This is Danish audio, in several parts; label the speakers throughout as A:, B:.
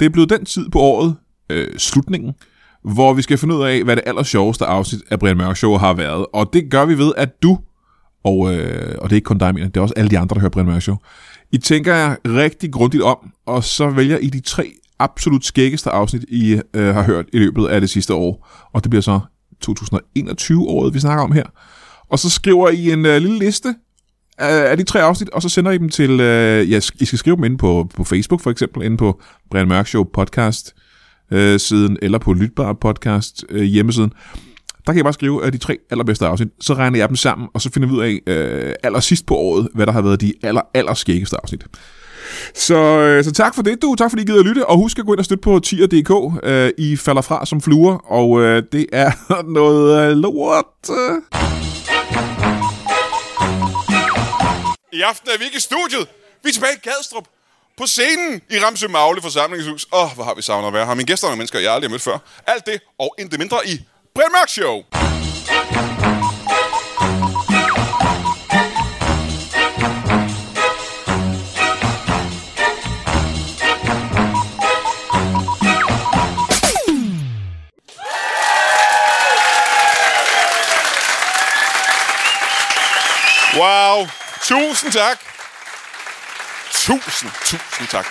A: Det er blevet den tid på året, øh, slutningen, hvor vi skal finde ud af, hvad det aller sjoveste afsnit af Brian Mørk Show har været. Og det gør vi ved, at du, og, øh, og det er ikke kun dig, mener, det er også alle de andre, der hører Brian Mørk Show, I tænker jer rigtig grundigt om, og så vælger I de tre absolut skæggeste afsnit, I øh, har hørt i løbet af det sidste år. Og det bliver så 2021-året, vi snakker om her. Og så skriver I en øh, lille liste øh, af de tre afsnit, og så sender I dem til... Øh, ja, I skal skrive dem inde på, på Facebook, for eksempel, inde på Brian Mørk Show podcast øh, siden, eller på Lytbar podcast øh, hjemmesiden. Der kan I bare skrive øh, de tre allerbedste afsnit, så regner jeg dem sammen, og så finder vi ud af øh, allersidst på året, hvad der har været de aller, aller skæggeste afsnit. Så, øh, så tak for det, du. Tak fordi I gider at lytte, og husk at gå ind og støtte på tier.dk. Øh, I falder fra som fluer, og øh, det er noget øh, lort. Øh.
B: I aften er vi ikke i studiet. Vi er tilbage i Gadstrup. På scenen i Ramsø Magle forsamlingshus. Åh, oh, hvor har vi savnet at være her. Mine gæster er nogle mennesker, jeg aldrig har mødt før. Alt det og intet mindre i Brian Mørk Show. Wow. Tusind tak. Tusind, tusind tak.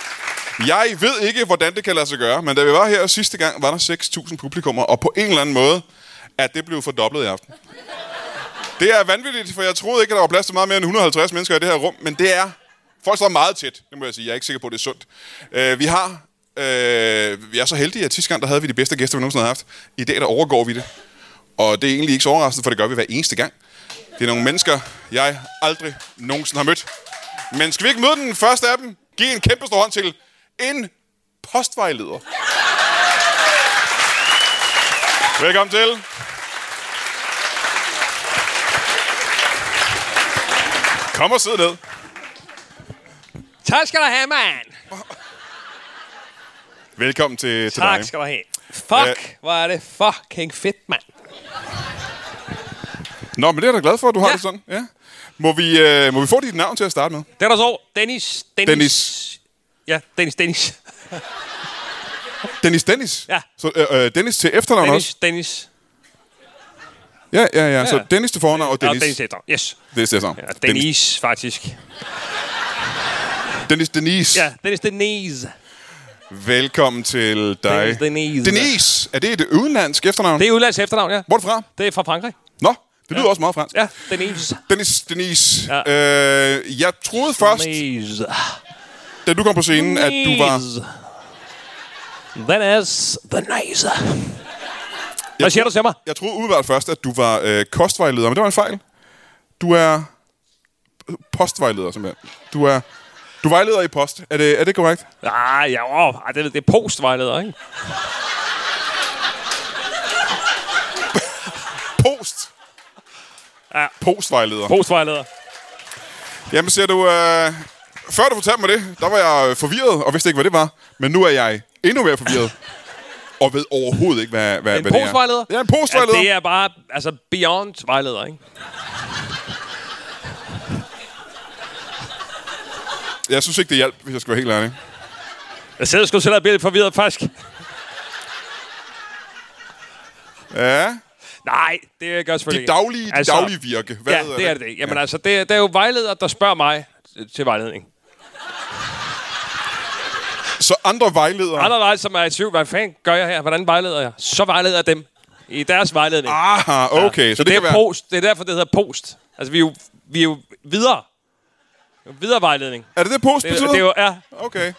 B: Jeg ved ikke, hvordan det kan lade sig gøre, men da vi var her sidste gang, var der 6.000 publikummer, og på en eller anden måde er det blevet fordoblet i aften. Det er vanvittigt, for jeg troede ikke, at der var plads til meget mere end 150 mennesker i det her rum, men det er... Folk står meget tæt, det må jeg sige. Jeg er ikke sikker på, at det er sundt. Øh, vi har... Øh, vi er så heldige, at sidste gang, der havde vi de bedste gæster, vi nogensinde har haft. I dag, der overgår vi det. Og det er egentlig ikke så overraskende, for det gør vi hver eneste gang. Det er nogle mennesker, jeg aldrig nogensinde har mødt. Men skal vi ikke møde den første af dem? Giv en kæmpe stor hånd til en postvejleder. Velkommen til. Kom og sid ned.
C: Tak skal du have, mand!
B: Velkommen til, til
C: Tak
B: dig.
C: skal du have. Fuck, hvor er det fucking fedt, mand.
B: Nå, men det er jeg da glad for, at du har
C: Ja.
B: det sådan. Ja. Må, vi, øh, må vi få dit navn til at starte med?
C: Det er der så. Dennis. Dennis.
B: Dennis.
C: Ja, Dennis, Dennis.
B: Dennis Dennis?
C: Ja.
B: Så, øh, øh, Dennis til efternavn også?
C: Dennis, Dennis.
B: Ja, ja, ja, ja. Så
C: Ja.
B: Dennis til fornavn og
C: Dennis.
B: Dennis.
C: Og Dennis efter.
B: Dennis, Dennis.
C: Yes. Ja, Dennis, faktisk.
B: Dennis Denise.
C: Ja, Dennis Denise.
B: Velkommen til dig.
C: Dennis Denise.
B: Denise. Er det et udenlandsk efternavn?
C: Det er udlands efternavn, ja.
B: Hvor er du fra?
C: Det er fra Frankrig.
B: Nå, det lyder også meget fransk.
C: Ja, Denise.
B: Dennis, Denise.
C: Ja.
B: Øh, jeg troede først,
C: Denise.
B: da du kom på scenen, at du var...
C: Dennis Denise. Hvad siger du til mig?
B: Jeg troede umiddelbart først, at du var øh, kostvejleder, men det var en fejl. Du er postvejleder, simpelthen. Du er... Du vejleder i post. Er det, er det korrekt?
C: Ah, ja, åh, ej, det, det er postvejleder, ikke?
B: Post.
C: Ja.
B: Postvejleder.
C: Postvejleder.
B: Jamen, ser du... Øh, før du fortalte mig det, der var jeg øh, forvirret, og vidste ikke, hvad det var. Men nu er jeg endnu mere forvirret. og ved overhovedet ikke, hvad, hvad,
C: En
B: hvad det er.
C: postvejleder?
B: Ja, en postvejleder.
C: Ja, det er bare, altså, beyond vejleder, ikke?
B: Jeg synes ikke, det hjalp, hvis jeg skal være helt ærlig.
C: Jeg sidder sgu selv og bliver lidt forvirret, faktisk.
B: Ja.
C: Nej, det gør jeg selvfølgelig
B: De daglige, de
C: Altså,
B: daglige virke. Hvad
C: ja,
B: hedder
C: det er det. Jamen ja. altså, det, det er jo vejleder, der spørger mig til vejledning.
B: Så andre vejledere.
C: Anderledes, som er i tvivl, hvad fanden gør jeg her? Hvordan vejleder jeg? Så vejleder jeg dem i deres vejledning.
B: Aha, okay.
C: Ja.
B: Ah, Så, så det, det kan
C: er
B: være...
C: post. Det er derfor, det hedder post. Altså, vi er jo, vi er jo videre. Videre vejledning.
B: Er det det, post
C: Det,
B: betyder?
C: det er jo, ja,
B: Okay.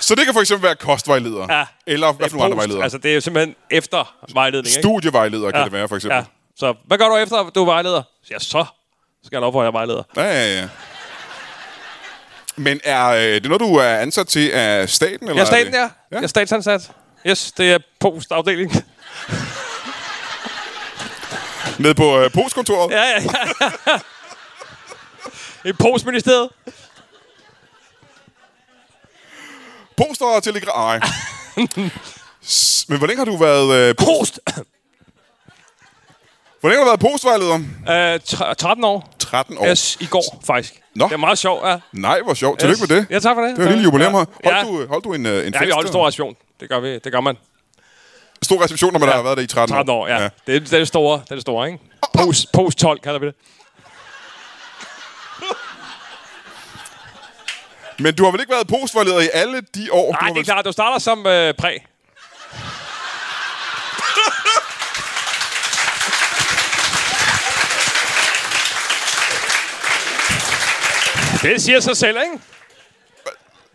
B: så det kan for eksempel være kostvejleder.
C: Ja.
B: Eller hvad
C: det
B: for
C: er
B: nogle andre
C: post.
B: vejledere. Altså,
C: Altså, det er jo simpelthen efter vejledning, ikke?
B: Studievejleder kan det være, for eksempel.
C: Ja. Så hvad gør du efter, at du er vejleder? Ja, så skal jeg op, hvor jeg er vejleder.
B: Ja, ja, ja. Men er øh, det noget, du er ansat til af staten? Eller
C: Jeg er staten,
B: det-
C: ja. Jeg er statsansat. Yes, det er postafdeling.
B: Nede på øh, postkontoret?
C: ja, ja, ja. I postministeriet.
B: Poster og telegraf. Ej. S- Men hvor længe har du været, øh, po-
C: Post!
B: hvor længe har du været postvejleder?
C: Øh, tre- 13 år.
B: 13 år.
C: Yes, i går, faktisk.
B: Nå.
C: Det er meget sjovt, ja.
B: Nej, hvor sjovt. Tillykke med det.
C: Ja, tak for det.
B: Det var et lille jubilæum
C: ja.
B: her. Holdt,
C: ja.
B: du, holdt du en, øh, en
C: Ja,
B: fest?
C: vi holder en
B: øh?
C: stor ration. Det gør vi. Det gør man.
B: stor reception, når man ja. har været der i 13 år.
C: 13 år, ja. Det, er, det er det store. Det er det store, ikke? Post, post 12 kalder vi det.
B: Men du har vel ikke været postvejleder i alle de år? du
C: Nej,
B: har
C: det er
B: vel...
C: klart. Du starter som øh, præ. Det siger sig selv, ikke?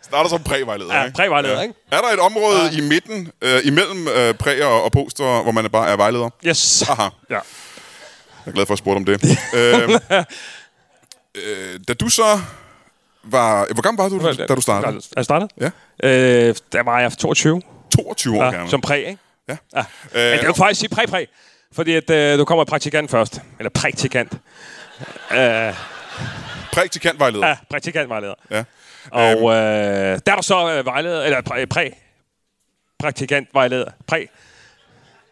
B: Starter som prævejleder,
C: Ja,
B: ikke?
C: prævejleder, ikke?
B: Er der et område ja. i midten, øh, imellem øh, præger og poster, hvor man bare er vejleder?
C: Yes.
B: Aha.
C: Ja.
B: Jeg er glad for, at jeg spurgte om det. øhm, øh, da du så var... Hvor gammel var du, da, da du startede?
C: Er jeg startet?
B: Ja.
C: Øh, der var jeg 22.
B: 22 år,
C: Ja,
B: gerne.
C: som præ, ikke?
B: Ja.
C: Ja. Øh, Men det er jo faktisk sige præ, præ. Fordi at, øh, du kommer praktikant først. Eller praktikant.
B: Praktikantvejleder.
C: Ja, praktikantvejleder.
B: Ja. Øhm.
C: Og øh, der er du så øh, vejleder, eller præ, præ, praktikantvejleder, præ.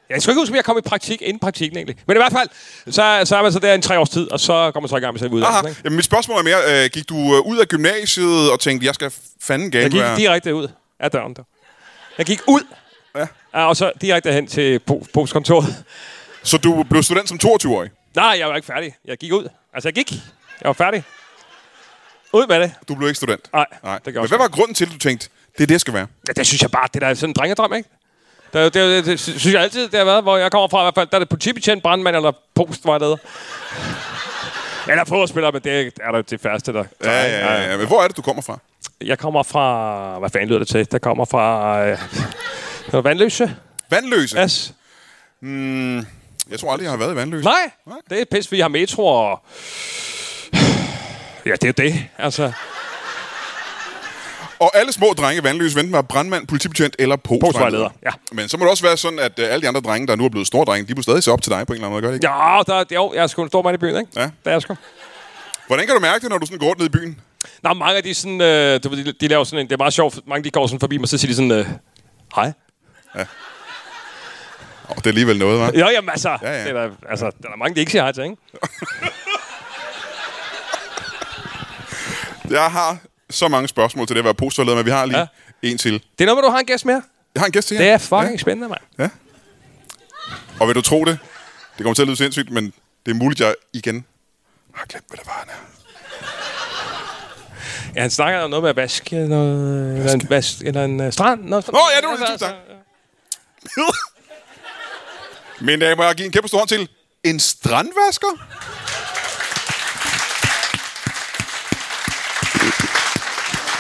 C: Jeg skal ikke huske, om jeg kom i praktik inden praktikken egentlig. Men i hvert fald, så, så er man så der en tre års tid, og så kommer man så i gang med selve uddannelsen.
B: Aha.
C: Ikke?
B: Jamen, mit spørgsmål er mere, øh, gik du øh, ud af gymnasiet og tænkte, jeg skal fanden
C: Jeg
B: gerne
C: gik
B: være...
C: direkte ud af døren der. Jeg gik ud,
B: Ja.
C: ja, og så direkte hen til po- postkontoret.
B: Så du blev student som 22-årig?
C: Nej, jeg var ikke færdig. Jeg gik ud. Altså, jeg gik. Jeg var færdig. Ud med det.
B: Du blev ikke student?
C: Nej,
B: Nej.
C: det
B: Det
C: gør
B: Men
C: også
B: hvad var grunden til, at du tænkte, det er det, jeg skal være?
C: Ja, det synes jeg bare, det der er sådan en drengedrøm, ikke? Det, det, det, det sy- synes jeg altid, det har været, hvor jeg kommer fra i hvert fald. Der er det politibetjent, brandmand eller postvejleder. Eller fodboldspiller, men det er der det færreste, der...
B: Ja, ja, ja, ja. Men hvor er det, du kommer fra?
C: Jeg kommer fra... Hvad fanden lyder det til? Der kommer fra... Øh, fra Vandløse?
B: Vandløse?
C: Yes.
B: Jeg tror aldrig, jeg har været i Vandløse.
C: Nej, det er pis, vi har metro og... Ja, det er jo det, altså.
B: Og alle små drenge i Vandløse venten var brandmand, politibetjent eller postvejleder.
C: Postvejleder, ja.
B: Men så må det også være sådan, at øh, alle de andre drenge, der nu er blevet store drenge, de bliver stadig se op til dig på en eller anden måde, gør det ikke?
C: Ja, der, jo, jeg er sgu en stor mand i byen, ikke?
B: Ja.
C: Det er jeg sgu.
B: Hvordan kan du mærke det, når du sådan går rundt ned i byen?
C: Nå, mange af de sådan, øh, du ved, de, de laver sådan en, det er meget sjovt, mange de går sådan forbi mig, så siger de sådan, øh, hej.
B: Åh, det er alligevel noget, hva'?
C: Jo, jamen altså, ja,
B: ja.
C: ja. Det er der, altså, der er mange, de ikke siger hej til, ikke?
B: Jeg har så mange spørgsmål til det at være postvejleder, men vi har lige ja.
C: Ja.
B: en til.
C: Det er noget med, du har en gæst mere.
B: Jeg har en gæst til jer.
C: Det er fucking ja. spændende, mand.
B: Ja. ja. Og vil du tro det? Det kommer til at lyde sindssygt, men det er muligt, jeg igen har glemt, hvad det var, han er.
C: Ja, han snakker om noget med at vaske, noget, eller en, vask, eller en uh, strand. Noget,
B: Nå, ja, det var det, tusind tak. Men øh, må jeg give en kæmpe stor hånd til en strandvasker?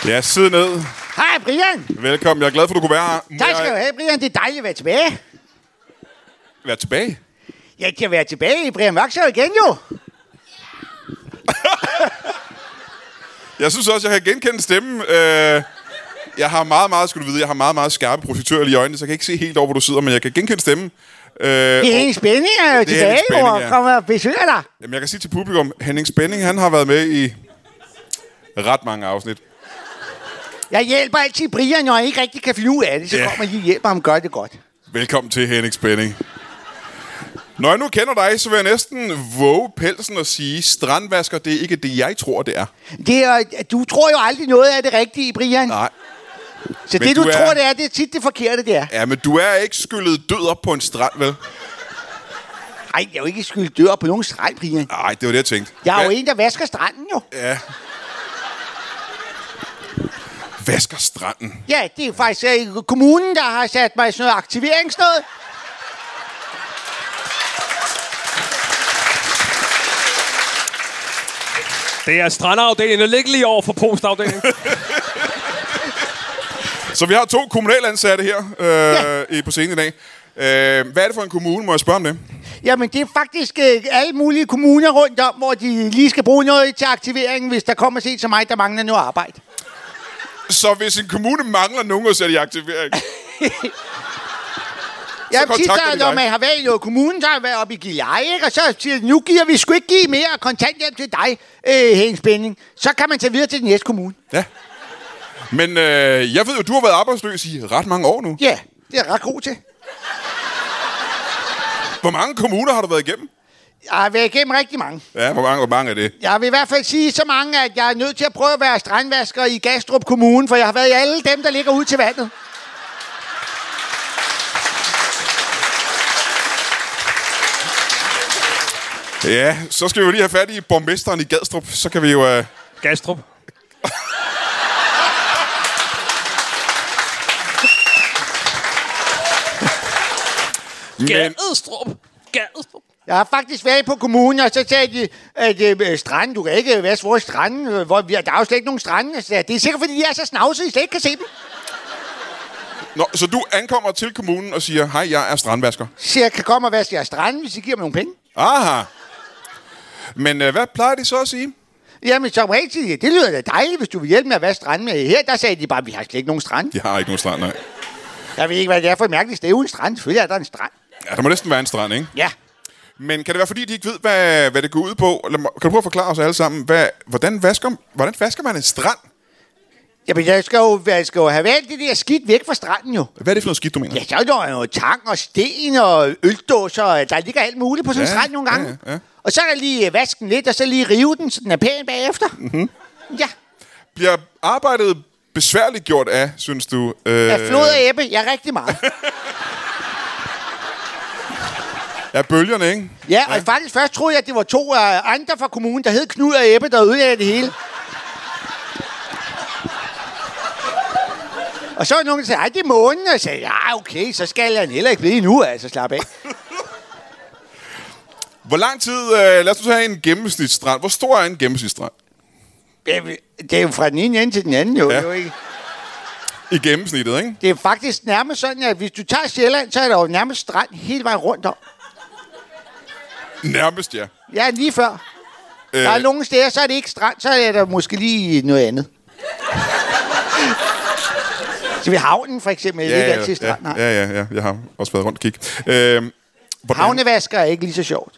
B: Ja, sid ned.
D: Hej Brian.
B: Velkommen. Jeg er glad for, at du kunne være her. Må
D: Tak skal du
B: jeg
D: have, Brian. Det er dejligt at være tilbage.
B: Være tilbage.
D: Jeg kan være tilbage i Brian Vaxer igen jo.
B: Jeg synes også, jeg kan genkende stemmen. Øh, jeg har meget, meget, skulle du vide, jeg har meget, meget skarpe projektører i øjnene, så jeg kan ikke se helt over, hvor du sidder, men jeg kan genkende stemmen. Øh,
D: Det er
B: og,
D: en spænding at
B: Det
D: være
B: er en
D: tilbage
B: spænding,
D: og
B: ja.
D: komme og besøge dig.
B: jamen, jeg kan sige til publikum, Henning Spænding, han har været med i ret mange afsnit.
D: Jeg hjælper altid Brian, når jeg ikke rigtig kan flyve af det. Så
B: Ja.
D: kommer jeg og hjælper ham gør det godt.
B: Velkommen til Henrik Spænding. Når jeg nu kender dig, så vil jeg næsten våge pelsen og sige, strandvasker, det er ikke det, jeg tror, det er.
D: Det er, du tror jo aldrig noget af det rigtige, Brian.
B: Nej.
D: så
B: men
D: det, du,
B: du er-
D: tror, det er, det er tit det forkerte, det er.
B: Ja, men du er ikke skyllet død op på en strand, vel?
D: Nej, jeg er jo ikke skyldt dør på nogen streg, Brian.
B: Nej, det var det, jeg tænkte.
D: Jeg er jo
B: Hva-
D: en, der vasker stranden jo.
B: Ja. Vasker stranden.
D: Ja, det er faktisk øh, kommunen, der har sat mig i sådan noget aktiveringsnød.
C: Altså, Det er strandafdelingen, der ligger lige over for postafdelingen.
B: Så vi har to kommunalansatte her øh, ja. på scenen i dag. Øh, hvad er det for en kommune, må jeg spørge om det?
D: Jamen, det er faktisk øh, alle mulige kommuner rundt om, hvor de lige skal bruge noget til aktiveringen, hvis der kommer set som mig, der mangler noget arbejde.
B: Så hvis en kommune mangler nogen at sætte i aktivering,
D: Jeg tit,
B: kontakter
D: der,
B: de
D: når
B: dig.
D: man har været i noget kommune, så har jeg været oppe i Gilleleje, ikke? og så siger de, nu giver vi sgu ikke give mere kontanthjælp til dig, øh, Henning Spænding. Så kan man tage videre til den næste kommune.
B: Ja. Men øh, jeg ved jo, du har været arbejdsløs i ret mange år nu.
D: Ja, det er jeg ret god til.
B: Hvor mange kommuner har du været igennem?
D: Jeg har været igennem rigtig mange.
B: Ja, hvor mange, hvor mange er det?
D: Jeg vil i hvert fald sige så mange, at jeg er nødt til at prøve at være strandvasker i Gastrup Kommune, for jeg har været i alle dem, der ligger ud til vandet.
B: Ja, så skal vi jo lige have fat i borgmesteren i Gadstrup. Så kan vi jo... Øh,
C: Gastrup.
B: men,
C: Gadestrup. Gadestrup.
D: Jeg har faktisk været på kommunen, og så sagde de, at øh, stranden, du kan ikke være hvor er stranden, øh, hvor, vi- der er jo slet ikke nogen strande. Så sagde jeg, det er sikkert, fordi de er så snavsede, I slet ikke kan se dem.
B: nå, så du ankommer til kommunen og siger, hej, jeg er strandvasker.
D: Så jeg kan komme og vaske jeres strande, hvis I giver mig nogle penge.
B: Aha. Men øh, hvad plejer de så at sige?
D: Jamen, som regel siger de, det lyder da dejligt, hvis du vil hjælpe med at vaske stranden med. Her, der sagde de bare, vi har slet ikke nogen strand.
B: Jeg har ikke nogen strand, nej.
D: Jeg ved ikke, hvad det er for mærkeligt. Det er uden strand. Selvfølgelig er der en strand.
B: Ja, der må næsten være en strand, ikke?
D: Ja.
B: Men kan det være, fordi de ikke ved, hvad, hvad det går ud på? Lad mig, kan du prøve at forklare os alle sammen, hvad, hvordan, vasker, hvordan vasker man en strand?
D: Jamen, jeg skal jo, jeg skal jo have alt det der skidt væk fra stranden jo.
B: Hvad er det for noget skidt, du mener?
D: Ja, så er der jo tang og sten og øldåser. og Der ligger alt muligt på sådan en
B: Ja,
D: strand nogle gange.
B: ja, ja.
D: Og så er der lige øh, vaske den lidt, og så lige rive den, så den er pæn bagefter.
B: Mhm.
D: Mm-hmm. Ja.
B: Bliver arbejdet besværligt gjort af, synes du? Øh,
D: Jeg flod og æbbe, jeg rigtig meget.
B: af bølgerne, ikke?
D: Ja, og faktisk først troede jeg, at det var to øh, andre fra kommunen, der hed Knud og Ebbe, der ødelagde det hele. Og så var nogen, der sagde, ej, det er månen. Og jeg sagde, ja, okay, så skal han heller ikke blive nu, altså slap af.
B: Hvor lang tid, øh, lad os nu tage en gennemsnitsstrand. Hvor stor er en gennemsnitsstrand?
D: Det, det er jo fra den ene ende til den anden, jo.
B: Ja.
D: Ja. Det, er jo ikke.
B: I gennemsnittet, ikke?
D: det er faktisk nærmest sådan, at hvis du tager Sjælland, så er der jo nærmest strand hele vejen rundt om.
B: Nærmest, ja.
D: Ja, lige før. Øh. Der er
B: Øh.
D: nogle steder, så er det ikke strand, så er der måske lige noget andet. så ved havnen for eksempel, ja, ikke altid strand.
B: ja,
D: nej.
B: ja, ja, ja, jeg har også været rundt og kigge. Øh, hvordan,
D: Havnevasker er ikke lige så sjovt.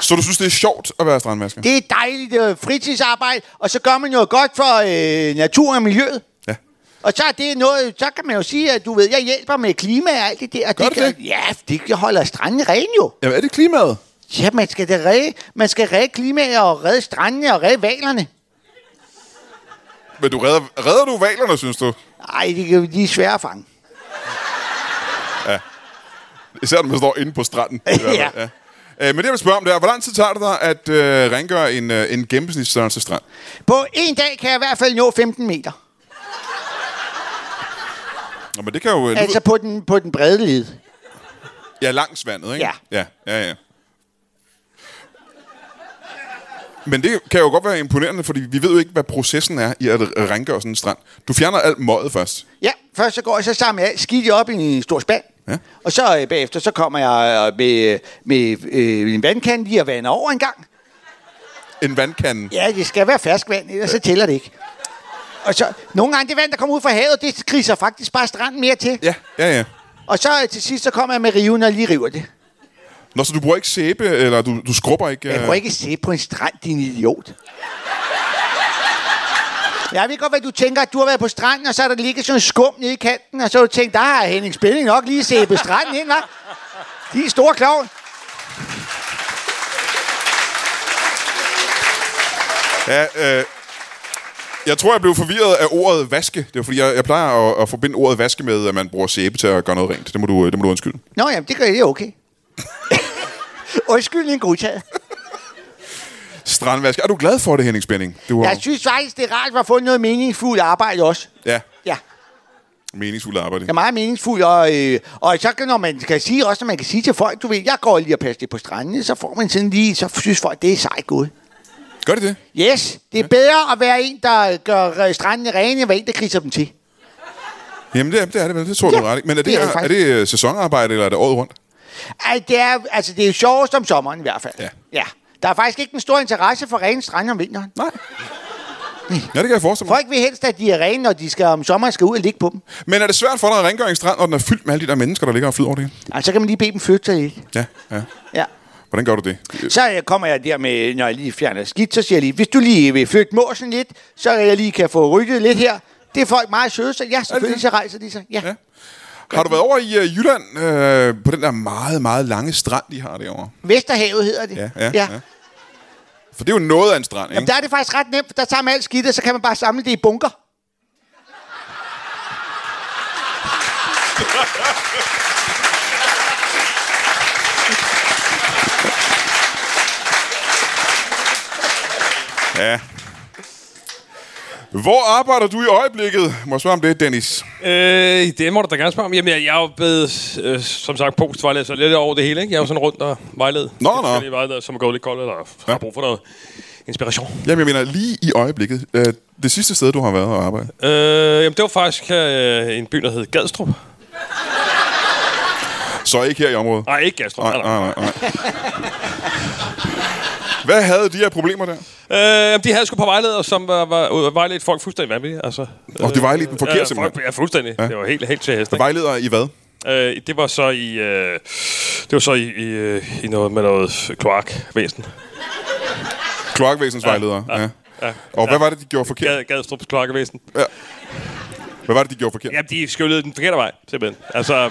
B: så du synes, det er sjovt at være strandvasker?
D: Det er dejligt øh, fritidsarbejde, og så gør man noget godt for øh, naturen og miljøet.
B: Ja.
D: Og så er det noget, så kan man jo sige, at du ved, jeg hjælper med klima og alt det der. og
B: Gør du
D: kan,
B: det?
D: Ja, det holder stranden ren jo.
B: Jamen, er det klimaet?
D: Ja, man skal, det redde, man skal redde klimaet og redde strandene og redde valerne.
B: Men du redder, redder du valerne, synes du?
D: Ej, de, kan- de er svære at fange.
B: Især når man står inde på stranden. i hvert fald,
D: Ja.
B: Øh, men det, jeg vil spørge om, det er, hvor lang tid tager det dig at øh, rengøre en, øh, en gennemsnitsstørrelse strand?
D: På en dag kan jeg i hvert fald nå 15 meter.
B: Nå, men det kan jo... øh, du
D: Altså på den, på den brede led.
B: ved- Ja, langs vandet, ikke?
D: Ja.
B: Ja, ja, ja. Men det kan jo godt være imponerende, fordi vi ved jo ikke, hvad processen er i at rengøre sådan en strand. Du fjerner alt møget først.
D: Ja, først så går jeg så sammen med alt skidt op i en stor spand.
B: Ja.
D: Ja. Og så øh, bagefter, så kommer jeg øh, med, med øh, en vandkande lige og vander over en gang.
B: En vandkande.
D: Ja, det skal være ferskvand, ellers så tæller det ikke. Og så, nogle gange det vand, der kommer ud fra havet, det griser faktisk bare stranden mere til.
B: Ja, ja, ja.
D: Og så øh, til sidst, så kommer jeg med riven og lige river det.
B: Nå, så du bruger ikke sæbe, eller du, du skrubber ikke...
D: Jeg
B: øh,
D: må ikke se på en strand, din idiot. Jeg ved godt, hvad du tænker, at du har været på stranden, og så er der ligget sådan en skum nede i kanten, og så har du tænkt, der har Henning Spilling nok lige set på stranden ind, hva'? De er store klovn.
B: Ja, øh, jeg tror, jeg blev forvirret af ordet vaske. Det var fordi, jeg, jeg plejer at, at forbinde ordet vaske med, at man bruger sæbe til at gøre noget rent. Det må du, øh, det må du undskylde.
D: Nå, jamen, det gør jeg, det er okay. Undskyld, en godtaget.
B: Strandvaske. Er du glad for det, Henning Spænding? Du har,
D: Jeg synes faktisk, det er rart at få noget meningsfuldt arbejde også.
B: ja,
D: Ja,
B: meningsfuldt arbejde.
D: det er meget meningsfuldt. Og, øh, og så kan, når man kan sige, også når man kan sige til folk, du ved, jeg går lige og passer det på stranden, så får man sådan lige, så synes folk, det er sejt gået.
B: Gør det det?
D: Yes, det er bedre at være en, der gør øh, strandene rene, end være en, der kriser dem til.
B: Jamen, det, er- det er det vel. Det tror jeg,
D: Ja,
B: du er ret i. Men er det,
D: det er
B: er,
D: det
B: er,
D: faktisk.
B: det øh, sæsonarbejde, eller er det året rundt?
D: Ej, det er, altså, det er jo sjovest om sommeren i hvert fald.
B: Ja.
D: ja. Der er faktisk ikke en stor interesse for rene strande om vinteren.
B: Nej. Ja, det kan jeg forestille mig.
D: Folk vil helst, at de er rene, når de skal om sommeren skal ud og ligge på dem.
B: Men er det svært for dig at rengøre en strand, når den er fyldt med alle de der mennesker, der ligger og flyder over det hele?
D: Og så kan man lige bede dem flytte sig lidt.
B: Ja, ja.
D: Ja.
B: Hvordan gør du det? Øh,
D: Så øh, kommer jeg der med, når jeg lige fjerner skidt, så siger jeg lige, hvis du lige vil flytte måsen lidt, så jeg lige kan få ryddet lidt her. Det er folk meget søde, så ja, selvfølgelig, så rejser de sig. Ja.
B: Ja. Har du været over i uh, Jylland øh, på den der meget, meget lange strand, de har derovre?
D: Vesterhavet hedder det.
B: Ja, ja, ja. For det er jo noget af en strand, ikke?
D: Der er det faktisk ret nemt, for der tager man alt skidt, og så kan man bare samle det i bunker.
B: Ja. Hvor arbejder du i øjeblikket? Må jeg spørge om det, Dennis?
C: Øh, det må du da gerne spørge om. Jamen, jeg, jeg er jo blevet, øh, som sagt, postvejleder, så lidt over det hele. Ikke? Jeg er jo sådan rundt og vejleder.
B: Nå, nå.
C: Jeg vejleder, som er gået lidt koldt, eller har brug for noget inspiration.
B: Jamen, jeg mener lige i øjeblikket. Øh, det sidste sted, du har været og arbejdet.
C: Øh, jamen, det var faktisk øh, en by, der hed Gadstrup.
B: Så ikke her i området?
C: Nej, ikke Gadstrup.
B: Nej,
C: Nej, nej.
B: nej, nej. nej. Hvad havde de her problemer der?
C: Øh, jamen, de havde sgu på vejleder, som var, var, var øh, vejledt folk fuldstændig vanvittigt. Altså,
B: Og de vejledte den forkerte
C: ja,
B: simpelthen.
C: folk, ja, fuldstændig. Ja. Det var helt, helt til hest. ikke?
B: Vejledere i hvad?
C: Øh, det var så i, øh, det var så i, i, øh, i noget med noget kloakvæsen.
B: Kloakvæsensvejledere. Ja, ja. ja. Og hvad var det, de gjorde forkert?
C: Gad, Gadstrups kloakvæsen.
B: Hvad var det, de gjorde forkert?
C: Jamen, de skyllede den forkerte vej, simpelthen. Altså,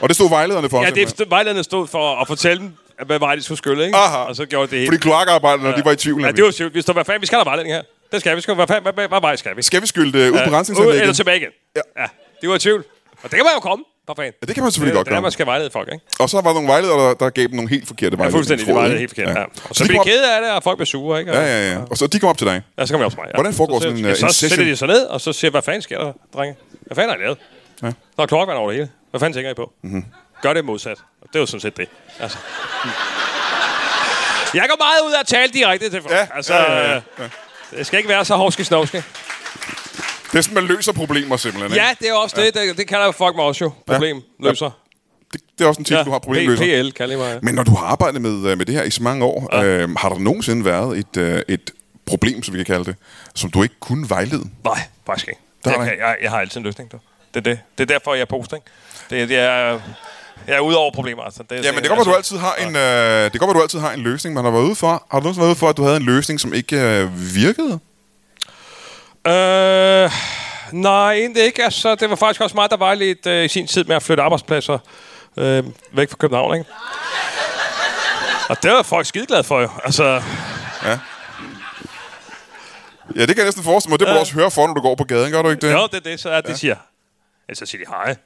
B: Og det stod vejlederne for?
C: ja, det
B: simpelthen.
C: stod, vejlederne stod for at fortælle dem, at hvad vej de skulle skylle, ikke?
B: Aha.
C: Og så gjorde det hele.
B: Fordi kloakarbejderne, ja. de var i tvivl.
C: Ja,
B: nemlig.
C: det var sjovt. Vi står, hvad fanden, vi skal have vejledning her. Det skal vi. Skal, hvad fanden, hvad, hvad, hvad vej skal vi?
B: Skal vi skylde det ud på
C: Ud- Eller
B: rensningsanlægget?
C: tilbage igen.
B: Ja.
C: ja. det var i tvivl. Og det kan man jo komme. For fanden.
B: Ja, det kan man selvfølgelig godt
C: Det er, der,
B: gøre.
C: man skal vejlede folk, ikke?
B: Og så var der nogle vejledere, der, der gav dem nogle helt forkerte
C: Ja,
B: vejledninger.
C: fuldstændig. Det
B: tror
C: var
B: jeg,
C: det helt
B: ikke?
C: forkert. Ja. Og
B: de
C: så bliver
B: kom
C: de kede af det, og folk bliver sure, ikke? Og,
B: op- Ja, ja, ja. Og så de kom op til dig.
C: Ja, så kommer jeg op til mig. Ja.
B: Hvordan foregår
C: så, siger-
B: sådan en,
C: ja,
B: øh, en
C: så
B: session?
C: sætter de sig ned, og så siger, hvad fanden sker der, drenge? Hvad fanden har I lavet?
B: Ja. Mhm.
C: Ja. Der er klokkevand over det hele. Hvad fanden tænker I på? Mm-hmm. Gør det modsat. Og det er jo sådan set det. Altså. Jeg går meget ud af at tale direkte til folk.
B: Ja,
C: altså,
B: ja, ja, ja.
C: øh, Det skal ikke være så hårdske snovske.
B: Det er sådan, man løser problemer simpelthen. ikke?
C: Ja, det er også det. Det, det kalder folk mig også jo. Problemløser.
B: Det, det er også en titel, ja. du har problemløser.
C: P- PL kalder I mig.
B: Men når du har arbejdet med, øh, med det her i så mange år, ja. øh, har der nogensinde været et, øh, et problem, som vi kan kalde det, som du ikke kunne vejlede?
C: Nej, faktisk ikke.
B: Der
C: Det
B: er
C: jeg,
B: der
C: kan,
B: ikke.
C: jeg, jeg har altid en løsning. Du. Det, er det. det er derfor, jeg er post, ikke? Det, det er, jeg er ude over problemer. Altså. Det,
B: Ja, men det går, at du altid har en, øh, det går, at du altid har en løsning, man har været ude for. Har du nogensinde været ude for, at du havde en løsning, som ikke øh, virkede?
C: Øh, nej, egentlig ikke. Altså, det var faktisk også mig, der var lidt øh, i sin tid med at flytte arbejdspladser øh, væk fra København, ikke? Og det var folk skideglade for, jo. Altså,
B: Ja, det kan jeg næsten forestille mig. Det må du også høre for, når du går på gaden, gør du ikke det?
C: jo, det er det, så er det, de siger. Ellers så siger de hej.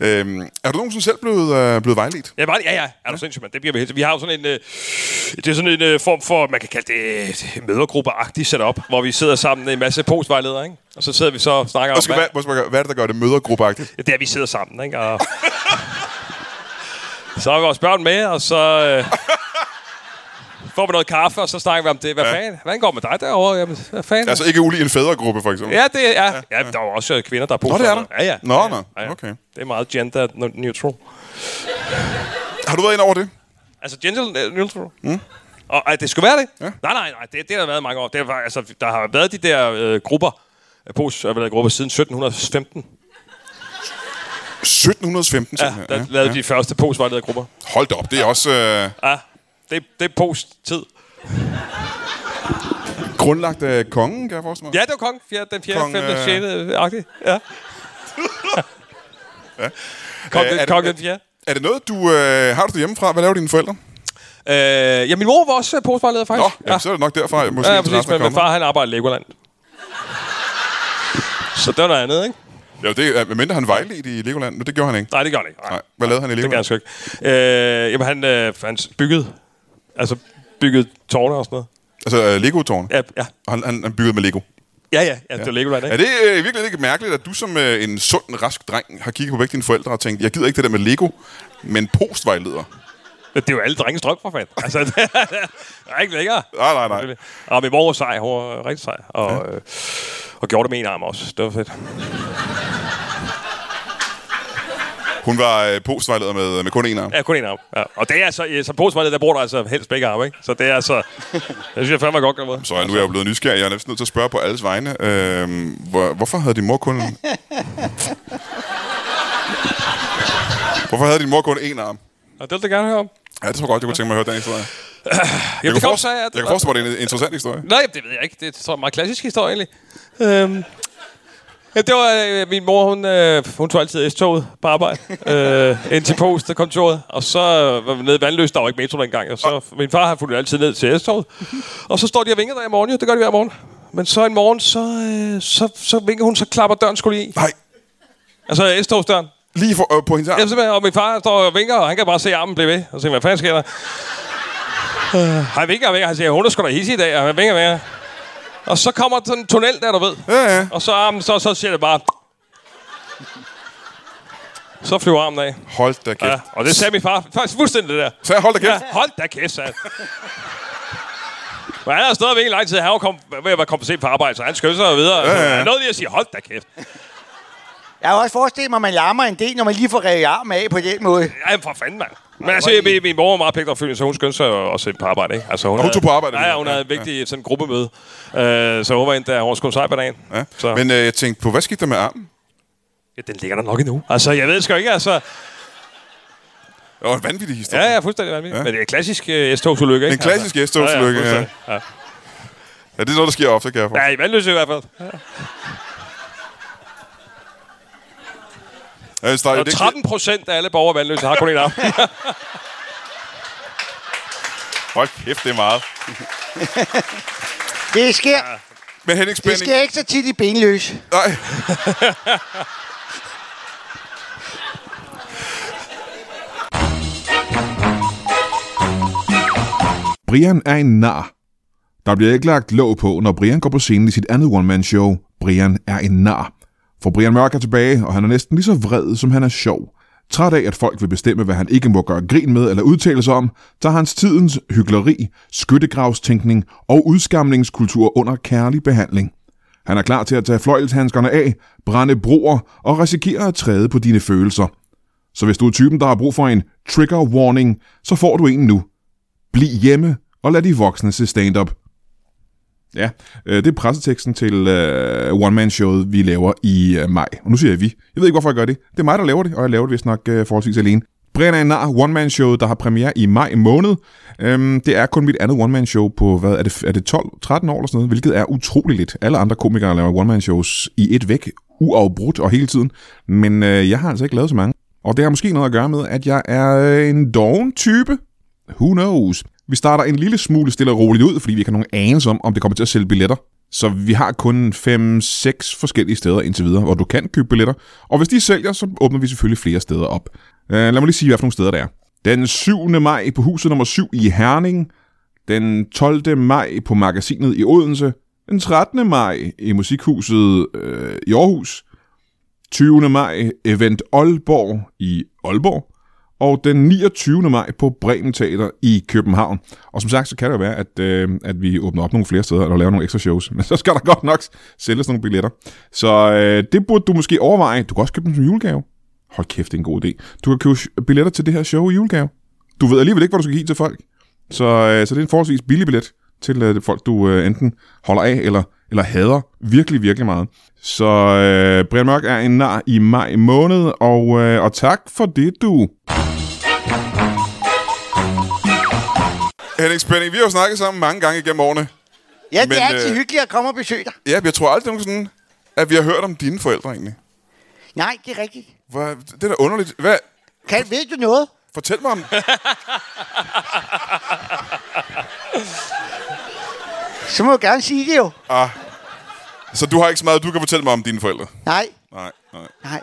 B: Øhm, er du nogensinde selv blevet, øh, blevet vejledt?
C: Ja, bare, ja, ja. Er du sindssyg, mand? Det bliver vi helt... Vi har jo sådan en... Øh, det er sådan en øh, form for, man kan kalde det øh, mødergruppeagtigt setup, hvor vi sidder sammen en masse postvejledere, ikke? Og så sidder vi så og snakker
B: Og skal,
C: om...
B: hvad, hvad, hvad er det, der gør det mødergruppeagtigt?
C: Ja, det er, vi sidder sammen, ikke? Og... så har vi vores børn med, og så... Øh... Får vi noget kaffe, og så snakker vi om det. Hvad ja. fanden? Hvordan går det med dig derovre? Jamen, hvad fanden?
B: Altså ikke ulig en fædregruppe, for eksempel?
C: ja, det er... Ja, ja, der er jo også øh, kvinder, der er på.
B: Nå, det er der?
C: Ja, ja.
B: Nå,
C: ja,
B: nå.
C: ja, ja.
B: Okay.
C: Det er meget gender neutral.
B: Har du været ind over det?
C: Altså gender neutral. Mm. Og at det skulle være det? Ja. Nej, nej, nej. Det, det har der været i mange år. Det var, altså, der har været de der øh, grupper, pos øh, grupper siden 1715.
B: 1715,
C: Ja,
B: simpelthen.
C: der ja, lavede ja. de første posvejledergrupper.
B: Hold da op, det er også øh,
C: Ja, det, det er post-tid.
B: grundlagt af kongen, kan jeg forestille mig.
C: Ja, det var kong. Fjerde, den 4.,
B: Kong,
C: 5.,
B: øh,
C: 6. agtigt. Ja. Kong,
B: Øh,
C: den-
B: er det-
C: kong den fjerde.
B: Er det noget, du øh, har du det hjemmefra? Hvad laver dine forældre?
C: Øh, ja, min mor var også øh,
B: Nå,
C: postvejleder, faktisk.
B: ja. jamen, så er det nok derfra, jeg måske
C: ja, ja, præcis.
B: interessen er
C: Men min
B: kommet.
C: far, han arbejder i Legoland. Så det var noget andet, ikke?
B: Ja, det er, medmindre han vejledt i Legoland. Men det gjorde han ikke.
C: Nej, det gør han ikke. Nej.
B: Nej. Hvad lavede han i
C: Det gør han
B: Legoland?
C: sgu ikke. Øh, jamen, han, øh, han byggede, altså byggede tårne og sådan noget.
B: Altså, øh, Lego-tårn.
C: Ja, ja.
B: Og Han, han, han byggede med Lego.
C: Ja, ja, ja, det var Legoland,
B: Er
C: ikke?
B: det øh, virkelig ikke mærkeligt, at du som øh, en sund, rask dreng har kigget på begge dine forældre og tænkt, jeg gider ikke det der med Lego, men postvejleder?
C: Det, det er jo alle drenges drøm, for fanden. Altså, det er, det er ikke længere.
B: Nej, nej, nej.
C: Selvfølgelig. Og min mor var sej, hun var øh, rigtig sej. Og, ja. øh, og gjorde det med en arm også. Det var fedt.
B: Hun var øh, postvejleder med, med kun én arm.
C: Ja, kun en arm. Ja. Og det er altså, øh, som postmand, der bruger du altså helst begge arme, ikke? Så det er altså, det synes jeg fandme er godt gør med.
B: Så nu er jeg jo blevet nysgerrig. Jeg er næsten nødt til at spørge på alles vegne. Øh, hvor, hvorfor havde din mor kun... hvorfor havde din mor kun én arm?
C: Og det vil jeg gerne høre om.
B: Ja, det tror jeg godt, jeg kunne tænke mig at høre den historie.
C: Jamen,
B: Jeg,
C: det Mm.
B: kan,
C: kom
B: forst-
C: så, at...
B: jeg kan forestille mig, at det er en interessant historie.
C: Nej, det ved jeg ikke. Det er tror jeg, en meget klassisk historie, egentlig. Øhm, Ja, det var øh, min mor, hun, øh, hun tog altid S-toget på arbejde, øh, ind til post og kontoret, og så øh, var vi nede i Vandløs, der var ikke metro dengang, og så min far har fulgt altid ned til S-toget, og så står de og vinker der i morgen, jo, det gør de hver morgen. Men så en morgen, så, øh, så, så vinker hun, så klapper døren skulle i.
B: Nej,
C: Altså S-togsdøren.
B: lige for, øh, på hendes arm.
C: Jamen simpelthen, og min far står og vinker, og han kan bare se armen blive ved, og se, hvad fanden sker der. Øh, han vinker og vinker, han siger, hun er sgu da hisse i dag, og han vinker og vinker. Og så kommer sådan en tunnel der, du ved.
B: Ja, ja.
C: Og så armen, så, så siger det bare... Så flyver armen af.
B: Hold da kæft.
C: Ja, og det sagde min far. Faktisk fuldstændig det der.
B: Så hold da
C: Ja,
B: kæft.
C: hold da kæft, sagde han. Men han har stået ved en lang tid. Han var kom, ved at være kommet sent på arbejde, så han skyndte sig videre. Ja,
B: ja.
C: ja. Han nåede lige at sige, hold da kæft.
D: Jeg har også forestillet mig, at man larmer en del, når man lige får revet armen af på den måde.
C: Ja, for fanden, mand. Men altså, min, min mor var meget pligtopfyldende, så hun skyndte sig også ind på arbejde, ikke? Altså, hun,
B: hun
C: havde-
B: tog på arbejde,
C: Ja,
B: ja.
C: ja, hun havde et vigtigt sådan, gruppemøde. Øh, så hun var ind der, hun var sgu sej på dagen.
B: Ja.
C: Så.
B: Men øh, jeg tænkte på, hvad skete der med armen?
C: Ja, den ligger der nok endnu. Altså, jeg ved sgu ikke, altså...
B: Det var en vanvittig historie.
C: Ja, ja, fuldstændig vanvittigt.
B: Ja.
C: Ja. Men det er en klassisk øh, S-togsulykke, ikke?
B: En klassisk S-togsulykke, ja.
C: fuldstændig. ja.
B: ja. det er noget, der sker ofte, kan jeg få.
C: Ja, i Vandløse i hvert fald.
B: Ja, det starter,
C: Og 13 procent af alle borgere i Vandløse har kun en aften.
B: Hold kæft, det er meget.
D: Det sker,
B: Men Henning
D: det
B: Spænding...
D: sker ikke så tit i benløs.
B: Nej.
A: Brian er en nar. Der bliver ikke lagt låg på, når Brian går på scenen i sit andet one-man-show. Brian er en nar. For Brian Mørk er tilbage, og han er næsten lige så vred, som han er sjov. Træt af, at folk vil bestemme, hvad han ikke må gøre grin med eller udtale sig om, tager hans tidens hyggeleri, skyttegravstænkning og udskamningskultur under kærlig behandling. Han er klar til at tage fløjelshandskerne af, brænde broer og risikere at træde på dine følelser. Så hvis du er typen, der har brug for en trigger warning, så får du en nu. Bliv hjemme og lad de voksne se stand-up. Ja, øh, det er presseteksten til øh, one-man-showet, vi laver i øh, maj. Og nu siger jeg vi. Jeg ved ikke, hvorfor jeg gør det. Det er mig, der laver det, og jeg laver det vist nok øh, forholdsvis alene. Brian er en nar, one-man-showet, der har premiere i maj måned. Øhm, det er kun mit andet one-man-show på, hvad er det, er det 12-13 år eller sådan noget, hvilket er utroligt lidt. Alle andre komikere laver one-man-shows i et væk, uafbrudt og hele tiden. Men øh, jeg har altså ikke lavet så mange. Og det har måske noget at gøre med, at jeg er øh, en doven type. Who knows? Vi starter en lille smule stille og roligt ud, fordi vi ikke har nogen anelse om, om det kommer til at sælge billetter. Så vi har kun 5-6 forskellige steder indtil videre, hvor du kan købe billetter. Og hvis de sælger, så åbner vi selvfølgelig flere steder op. Uh, lad mig lige sige, hvad for nogle steder der er. Den 7. maj på huset nummer 7 i Herning. Den 12. maj på magasinet i Odense. Den 13. maj i Musikhuset øh, i Aarhus. 20. maj Event Aalborg i Aalborg og den 29. maj på Bremen Teater i København. Og som sagt, så kan det jo være, at, øh, at vi åbner op nogle flere steder, eller laver nogle ekstra shows. Men så skal der godt nok sælges nogle billetter. Så øh, det burde du måske overveje. Du kan også købe dem som julegave. Hold kæft, det er en god idé. Du kan købe sh- billetter til det her show i julegave. Du ved alligevel ikke, hvad du skal give til folk. Så, øh, så det er en forholdsvis billig billet til øh, folk, du øh, enten holder af eller, eller hader virkelig, virkelig meget. Så øh, Brian Mørk er en nar i maj måned, og, øh, og tak for det, du.
B: Henning Spænding, vi har jo snakket sammen mange gange igennem årene.
D: Ja, det
B: Men,
D: er altid
B: øh,
D: hyggeligt at komme og besøge dig.
B: Ja, men jeg tror aldrig nogensinde, at vi har hørt om dine forældre egentlig.
D: Nej, det er rigtigt.
B: Hvor, det er da underligt. Hvad?
D: Kan, ved du noget?
B: Fortæl mig om...
D: Så må du gerne sige det jo.
B: Så du har ikke så meget, du kan fortælle mig om dine forældre?
D: Nej,
B: Nej, nej.
D: nej.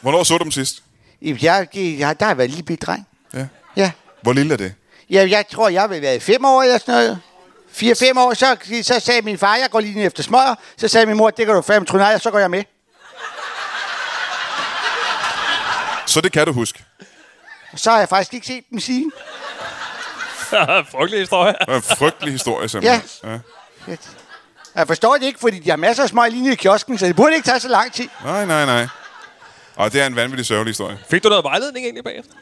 B: Hvornår så du dem sidst?
D: Jamen, Jeg, det- jeg, der har været en lille bitte dreng.
B: Ja.
D: Ja.
B: Hvor lille er det?
D: ja. jeg tror, jeg vil være fem år eller sådan noget. 4-5 år, så, så sagde min far, jeg går lige ned efter smøger. Så sagde min mor, det kan du fandme tro, nej, og så går jeg med.
B: Så det kan du huske.
D: Og så har jeg faktisk ikke set dem siden.
C: Frygtelig historie.
B: Det var en frygtelig historie, simpelthen. Ja. ja.
D: Jeg forstår det ikke, fordi de har masser af smøger lige nede i kiosken, så det burde ikke tage så lang tid.
B: Nej, nej, nej. Og det er en vanvittig sørgelig historie.
C: Fik du noget vejledning egentlig bagefter?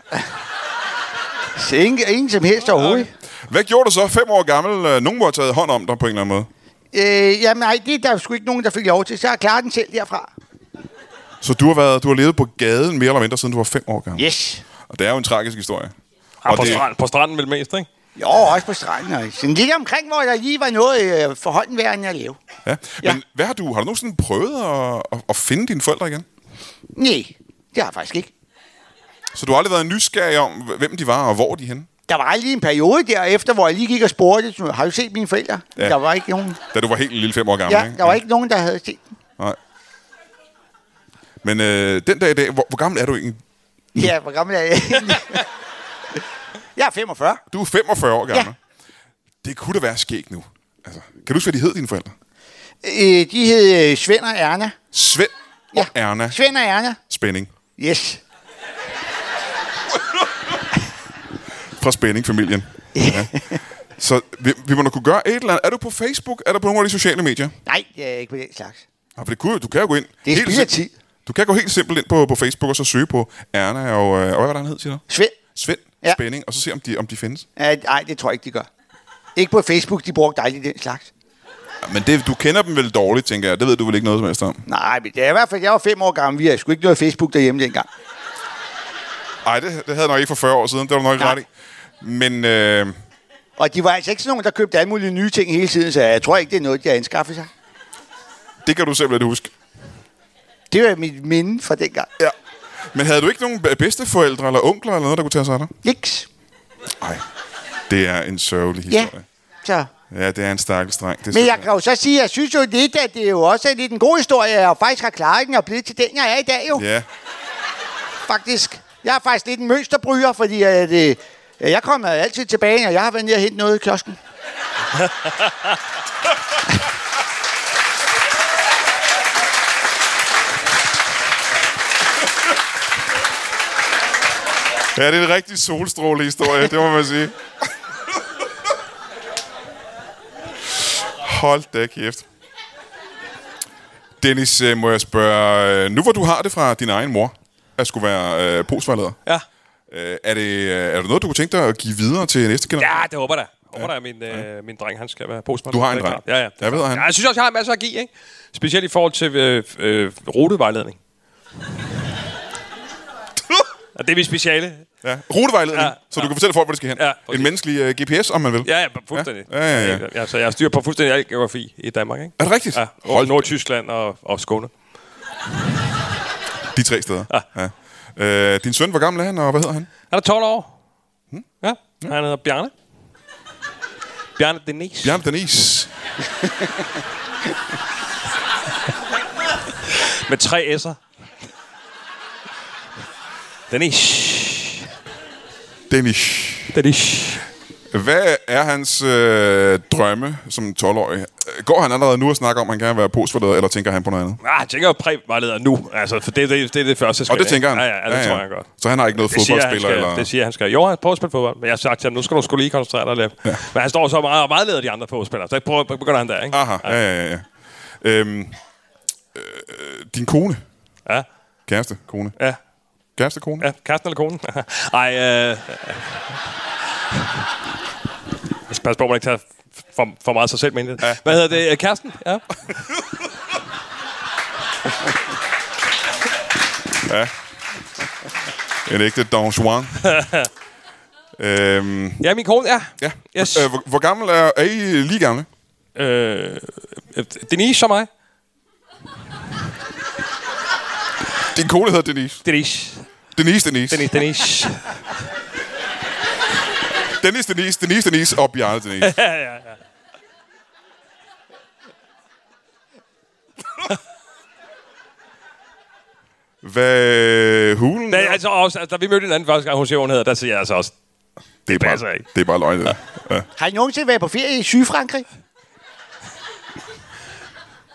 D: Så ingen, ingen som helst overhovedet.
B: Hvad gjorde du så fem år gammel? øh, Nogen må have taget hånd om dig på en eller anden måde.
D: Øh, jamen nej, det er der sgu ikke nogen, der fik lov til. Så jeg klarer den selv derfra.
B: Så du har, været, du har levet på gaden mere eller mindre, siden du var fem år gammel.
D: Yes.
B: Og det er jo en tragisk historie.
C: Ja, på,
B: det-
C: stranden, på stranden vel mest, ikke?
D: Jo, også på stranden. Og sådan lige omkring, hvor der lige var noget øh, for hånden værd, end jeg lave.
B: Ja. Men
D: Ja.
B: hvad har du, har du nogensinde prøvet at, at, at finde dine forældre igen?
D: Nej, det har jeg faktisk ikke.
B: Så du har aldrig været nysgerrig om, hvem de var og hvor de er henne?
D: Der var lige en periode derefter, hvor jeg lige gik og spurgte, "Du, har du set mine forældre?
B: Ja.
D: Ja. Der var ikke nogen,
B: Da du var helt lille fem år gammel,
D: ja,
B: ikke?
D: der var ikke nogen, der havde set dem.
B: Nej. Men øh, den dag i dag, hvor, hvor gammel er du egentlig?
D: Ja, hvor gammel er jeg egentlig? jeg er 45.
B: Du er 45 år gammel.
D: Ja.
B: Det kunne da være skægt nu. Altså, kan du huske, hvad de hed, dine forældre?
D: Øh, de hed øh, Svend og Erna.
B: Svend og Erna
D: Svend og Erna.
B: Spænding.
D: Yes.
B: Fra Spænding-familien. Ja. Så vi, vi må da kunne gøre et eller andet. Er du på Facebook? Er du på nogle af de sociale medier?
D: Nej, jeg er ikke på den slags.
B: Ja, for det kunne, du kan jo gå ind.
D: Det er spild af
B: simp-
D: tid.
B: Du kan gå helt simpelt ind på, på Facebook og så søge på Erna og... Øh, og hvad var det, han hed, siger du?
D: Svend?
B: Svend ja.
D: Ja.
B: Spænding, og så se, om de, om de findes.
D: Nej, det tror jeg ikke, de gør. Ikke på Facebook, de bruger aldrig den slags.
B: Ja, men det, du kender dem vel dårligt, tænker jeg. Det ved du vel ikke noget som helst om.
D: Nej, men det er i hvert fald, jeg var fem år gammel, vi havde sgu ikke noget Facebook derhjemme dengang.
B: Nej, det, det havde jeg nok ikke for 40 år siden. Det var du nok ikke
D: Nej.
B: ret i. Men øh,
D: Og de var altså ikke sådan nogen, der købte alle mulige nye ting hele tiden, så jeg tror ikke, det er noget, de har anskaffet sig.
B: det kan du simpelthen huske.
D: Det var mit minde fra dengang.
B: Ja. Men havde du ikke nogen b- bedsteforældre eller onkler eller noget, der kunne tage sig af dig?
D: Niks.
B: Nej. Det er en sørgelig
D: Ja.
B: historie.
D: Så.
B: Ja, ja det er en stakkels dreng. Det
D: Men jeg
B: synes
D: kan jo så sige, at jeg synes jo lidt, at det er jo også er lidt en god historie, at jeg faktisk har klaret den og blevet til den, jeg er i dag jo.
B: Ja.
D: faktisk. Jeg er faktisk lidt en mønsterbryger, fordi at, øh, jeg kommer altid tilbage, og jeg har været nede og hente noget i kiosken.
B: ja, det er en rigtig solstråle historie, det må man sige. Hold da kæft. Dennis, øh, må jeg spørge, øh, nu hvor du har det fra din egen mor, at skulle være øh, postvejleder,
C: Ja.
B: Øh, er, det, øh, er det noget, du kunne tænke dig at give videre til næste generation?
C: Ja, det håber jeg da. Jeg Håber ja. da, at min, øh, min dreng, han skal være postmand.
B: Du har en
C: Det er
B: dreng.
C: klart. Ja, ja.
B: Jeg ved, han-
C: Ja, jeg synes også, jeg har masser at give, ikke? Specielt i forhold til øh, øh, rutevejledning. Og det er mit speciale.
B: Ja. Rutevejledning, ja,
C: Ja,
B: ja. så du kan fortælle folk, hvor de skal hen.
C: Ja,
B: Ja,
C: præcis.
B: en menneskelig uh, GPS, om man vil.
C: Ja, ja, fuldstændig.
B: Ja, ja, ja.
C: ja. Så jeg har styr på fuldstændig alt geografi i Danmark, ikke?
B: Er det rigtigt?
C: Ja,
B: Hold
C: og Nordtyskland og, og Skåne.
B: De tre steder. Ja. Ja. Øh, din søn, hvor gammel er han, og hvad hedder han?
C: Han er 12 år.
B: Hmm?
C: Ja, han hedder Bjarne. Bjarne Denise.
B: Bjørn Danis.
C: Med tre S'er. Denise.
B: Danish.
C: Denise.
B: Hvad er hans øh, drømme som 12-årig? Øh, Går han allerede nu og snakker om, at han gerne vil være postforleder, eller tænker han på noget andet?
C: Ah, jeg tænker jo prævejleder nu, altså, for det, det, det er det første,
B: Og
C: skridt,
B: det tænker han.
C: ikke? Ja, ja, det ja, ja. tror jeg godt.
B: Så han har ikke noget
C: Det siger, han
B: fodboldspiller?
C: skal,
B: eller...
C: eller... det siger han skal. Jo, han prøver at spille fodbold, men jeg har sagt til ham, nu skal du skulle lige koncentrere dig lidt. Ja. Men han står så meget og vejleder de andre fodboldspillere, så prøver, begynder han der, ikke?
B: Aha, ja, ja, ja, ja. Øhm, øh, din kone,
C: Ja,
B: kæreste, kone,
C: ja,
B: kæreste, kone,
C: ja. Kæresten eller konen? Ej, øh... Jeg skal passe på, at man ikke tager for, for meget sig selv med ind i det. Hvad hedder det? Kæresten? Ja.
B: en ægte Don Juan. øhm,
C: ja, min kone, ja.
B: ja.
C: Yes.
B: Øh, hvor, hvor gammel er, er I lige gamle?
C: Øh, øh, Denise og mig.
B: Din kone hedder Denise.
C: Denise.
B: Denise, Denise.
C: Denise, Denise.
B: Dennis, Denise, Denise, Denise og Bjarne Denise.
C: ja, ja, ja.
B: Hvad hulen?
C: Nej, altså, også, altså, da vi mødte hinanden første gang, hun siger, hun hedder, der siger jeg altså også,
B: det, er
C: passer
B: bare,
C: ikke.
B: det er bare løgn. det der.
D: Har I nogensinde været på ferie i Sydfrankrig?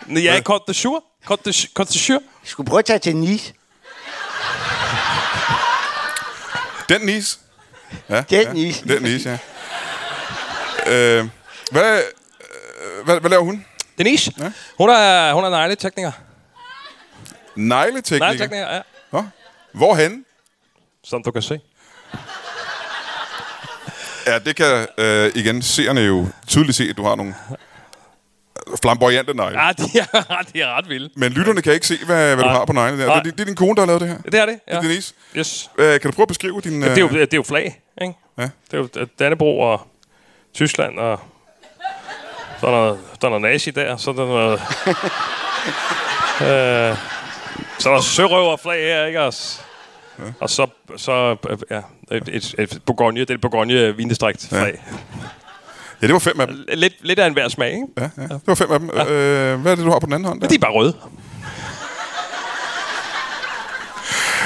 C: "Nå, jeg er Côte d'Azur. Côte d'Azur. Côte d'Azur.
D: Jeg skulle prøve at tage til Nice.
B: Den Nis. Ja,
D: Den
B: ja.
D: Nice.
B: Den Nis, ja. Øh, hvad, øh, hvad, hvad laver hun?
C: Denise,
B: Ja.
C: ja. hun er, hun er negletekniker.
B: Negletekniker.
C: Negletekniker, ja.
B: Nå, Hvorhen?
C: Som du kan se.
B: Ja, det kan øh, igen seerne jo tydeligt se, at du har nogle flamboyante negle.
C: Ja, Ah, de er, de er ret vilde.
B: Men lytterne kan ikke se, hvad, hvad du har på neglene der.
C: Nej.
B: Det, det er din kone, der har lavet det her.
C: Det er det, ja.
B: Det er Denise.
C: Yes.
B: Øh, kan du prøve at beskrive din... øh,
C: Det er jo, det er jo flag, ikke?
B: Ja.
C: Det er jo Dannebro og Tyskland og Så er der, der er noget nazi der, så er der noget... øh, så er der sørøverflag her, ikke også? Ja. Og så, så øh, ja, et, et, et Bourgogne, det er et Bourgogne vindistrikt flag.
B: Ja, det var fem af dem.
C: Ja. Lidt, lidt af enhver smag, ikke?
B: Ja, ja. Det var fem af dem. Øh, hvad er det, du har på den anden hånd? Der?
C: De er bare røde.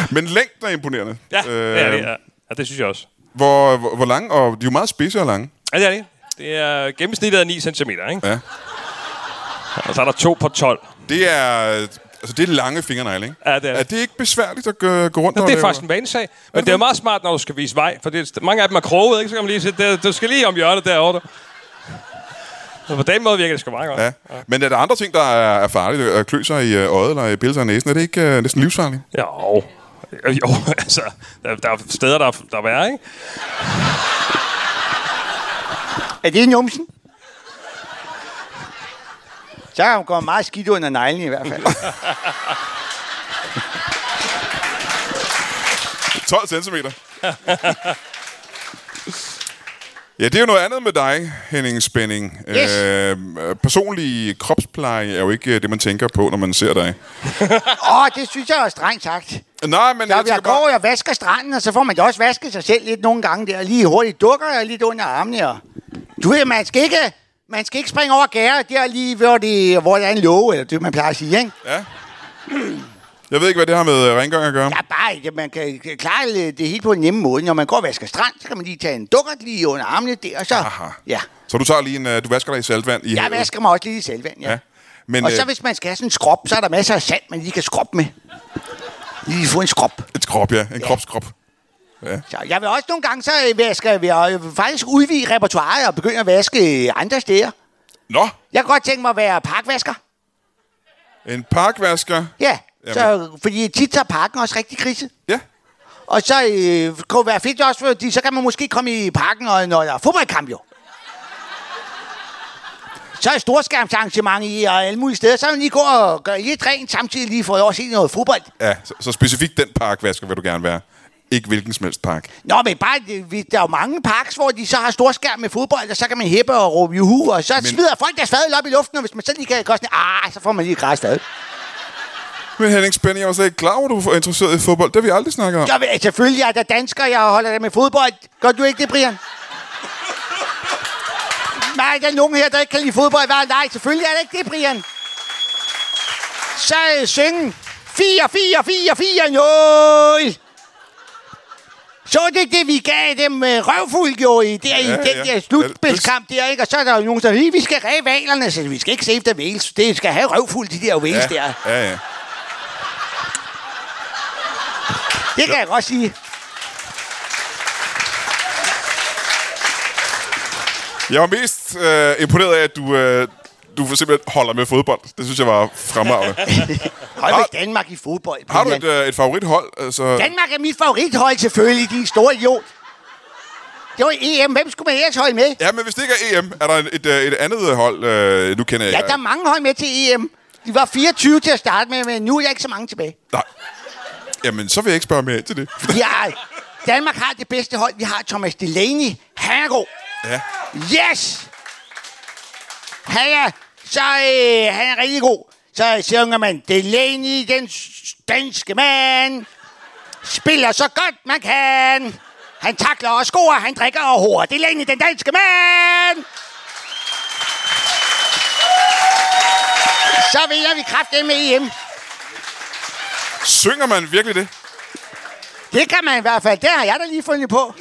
B: Men længden er imponerende.
C: Ja, øh, det er det. Ja. ja, det synes jeg også.
B: Hvor, hvor, hvor lang? Og de er jo meget spidse og lange.
C: Ja, det er det. Det er gennemsnittet er 9 cm, ikke?
B: Ja.
C: Og så er der to på 12.
B: Det er, øh, altså, det er lange fingernegle, ikke?
C: Ja, det er det.
B: Er det ikke besværligt at gå, gå rundt
C: Nå,
B: og
C: det er
B: lave-
C: faktisk en vanesag. Men det er jo meget smart, når du skal vise vej. For det, er- mange af dem er kroget, ikke? Så kan man lige sige, "Det- du skal lige om hjørnet derovre. du." Så på den måde virker det sgu meget godt.
B: Ja. Men er der andre ting, der er, er farlige? Øh, Klø sig i øh, øjet eller i pilser i næsen? Er det ikke øh, næsten livsfarligt?
C: Jo. Jo, altså, der, der er steder, der, er- der er værre, ikke?
D: Er det en jumsen? Så har hun gået meget skidt under neglen i hvert fald.
B: 12 cm. ja, det er jo noget andet med dig, Henning Spænding.
D: Yes.
B: Øh, personlig kropspleje er jo ikke øh, det, man tænker på, når man ser dig.
D: Åh, det synes jeg er strengt sagt.
B: Nej, men
D: Jeg,
B: tænker
D: jeg går og vasker stranden, og så får man da også vasket sig selv lidt nogle gange der. Lige hurtigt dukker jeg lidt under armene. Og... Du ved, man skal ikke, man skal ikke springe over gæret der lige, hvor, det, hvor der er en låge, eller det, man plejer at sige, ikke?
B: Ja. Jeg ved ikke, hvad det har med øh, rengøring at gøre.
D: Ja, bare, ja, man kan klare det det hele på en nemme måde. Når man går og vasker strand, så kan man lige tage en dukkert lige under armene der, og så...
B: Aha.
D: Ja.
B: Så du tager lige en, øh, du vasker dig i saltvand i
D: Jeg
B: havet.
D: vasker mig også lige i selvvand, ja.
B: Ja.
D: ja.
B: Men
D: og så
B: øh,
D: hvis man skal have sådan en skrop, så er der masser af sand, man lige kan skroppe med. Lige få en skrop.
B: et krop, ja. En kropskrop.
D: Så jeg vil også nogle gange, så øh, vasker jeg, jeg vil faktisk udvide repertoireet og begynde at vaske øh, andre steder.
B: Nå,
D: Jeg kunne godt tænke mig at være parkvasker.
B: en parkvasker.
D: Ja, så, øh, fordi tit så er parken også rigtig krise.
B: Ja.
D: Og så øh, kunne det være fedt også, fordi så kan man måske komme i parken, og, når der er fodboldkamp jo. Så er storskærmsarrangement i og alle mulige steder. Så vil man lige gå og gøre lidt rent, samtidig lige få lov at se noget fodbold.
B: Ja, så, så specifikt den parkvasker vil du gerne være. Ikke hvilken som helst park.
D: Nå, men bare, det- vi- der er jo mange parks, hvor de så har storskærm med fodbold, og så kan man hæppe og råbe juhu, og så men... smider folk deres fadel op i luften, og hvis man så lige kan gøre sådan, ah, så får man lige græs fadel.
B: Men Henning Spænding, jeg var slet ikke klar over, at du var interesseret i fodbold. Det har vi aldrig snakket om.
D: Så vil- altså, selvfølgelig jeg er der dansker, jeg holder da med fodbold. Gør du ikke det, Brian? Nej, der er nogen her, der ikke kan lide fodbold. Hvad? Nej, selvfølgelig er det ikke det, Brian. Så øh, synge. 4, 4, 4, 4, 0. Så det ikke det, vi gav dem øh, røvfuld jo i, der, i
B: Ja,
D: den
B: ja.
D: der slutspilskamp der, ikke? Og så er der jo nogen, der siger, "Hey, vi skal ræve valerne, så vi skal ikke save der Wales. Det skal have røvfuld, de der Wales ja. der.
B: ja, ja.
D: Det kan jeg godt sige.
B: Jeg var mest øh, imponeret af, at du, øh, du simpelthen holder med fodbold. Det synes jeg var fremragende.
D: Hold med Danmark i fodbold,
B: har du
D: Brian.
B: et, øh, et favorithold? Altså,
D: Danmark er mit favorithold selvfølgelig, din store idiot. Det var EM. Hvem skulle man ellers holde med?
B: ja, men hvis det ikke er EM, er der en- et, øh, et andet øh, hold, øh, du kender?
D: Ja, der er mange hold med til EM. De var 24 til at starte med, men nu er der ikke så mange tilbage.
B: Nej. Jamen, så vil jeg ikke spørge mere ind til det.
D: Ja, Danmark har det bedste hold. Vi har Thomas Delaney. Han er god.
B: ja.
D: Yes! Han er, så, øh, han er rigtig god. Så synger man, Delaney, den s- danske mand, spiller så godt man kan. Han takler og scorer, han drikker og horer. Delaney, den danske mand! Så vinder vi kraften med EM.
B: Synger man virkelig det?
D: Det kan man i hvert fald. Det har jeg da lige fundet på.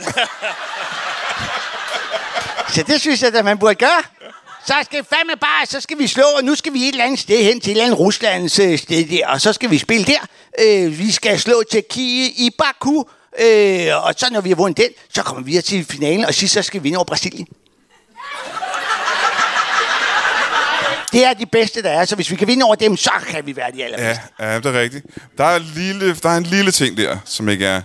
D: så det synes jeg, at man burde gøre. Så skal vi fandme bare, så skal vi slå, og nu skal vi et eller andet sted hen til et eller andet Ruslands øh, sted der, og så skal vi spille der. Øh, vi skal slå Tjekkiet i Baku, øh, og så når vi har vundet den, så kommer vi videre til finalen, og sidst så skal vi vinde over Brasilien. Det er de bedste, der er, så hvis vi kan vinde over dem, så kan vi være de allerbedste.
B: Ja, ja, det er rigtigt. Der er, en lille, der er en lille ting der, som ikke er...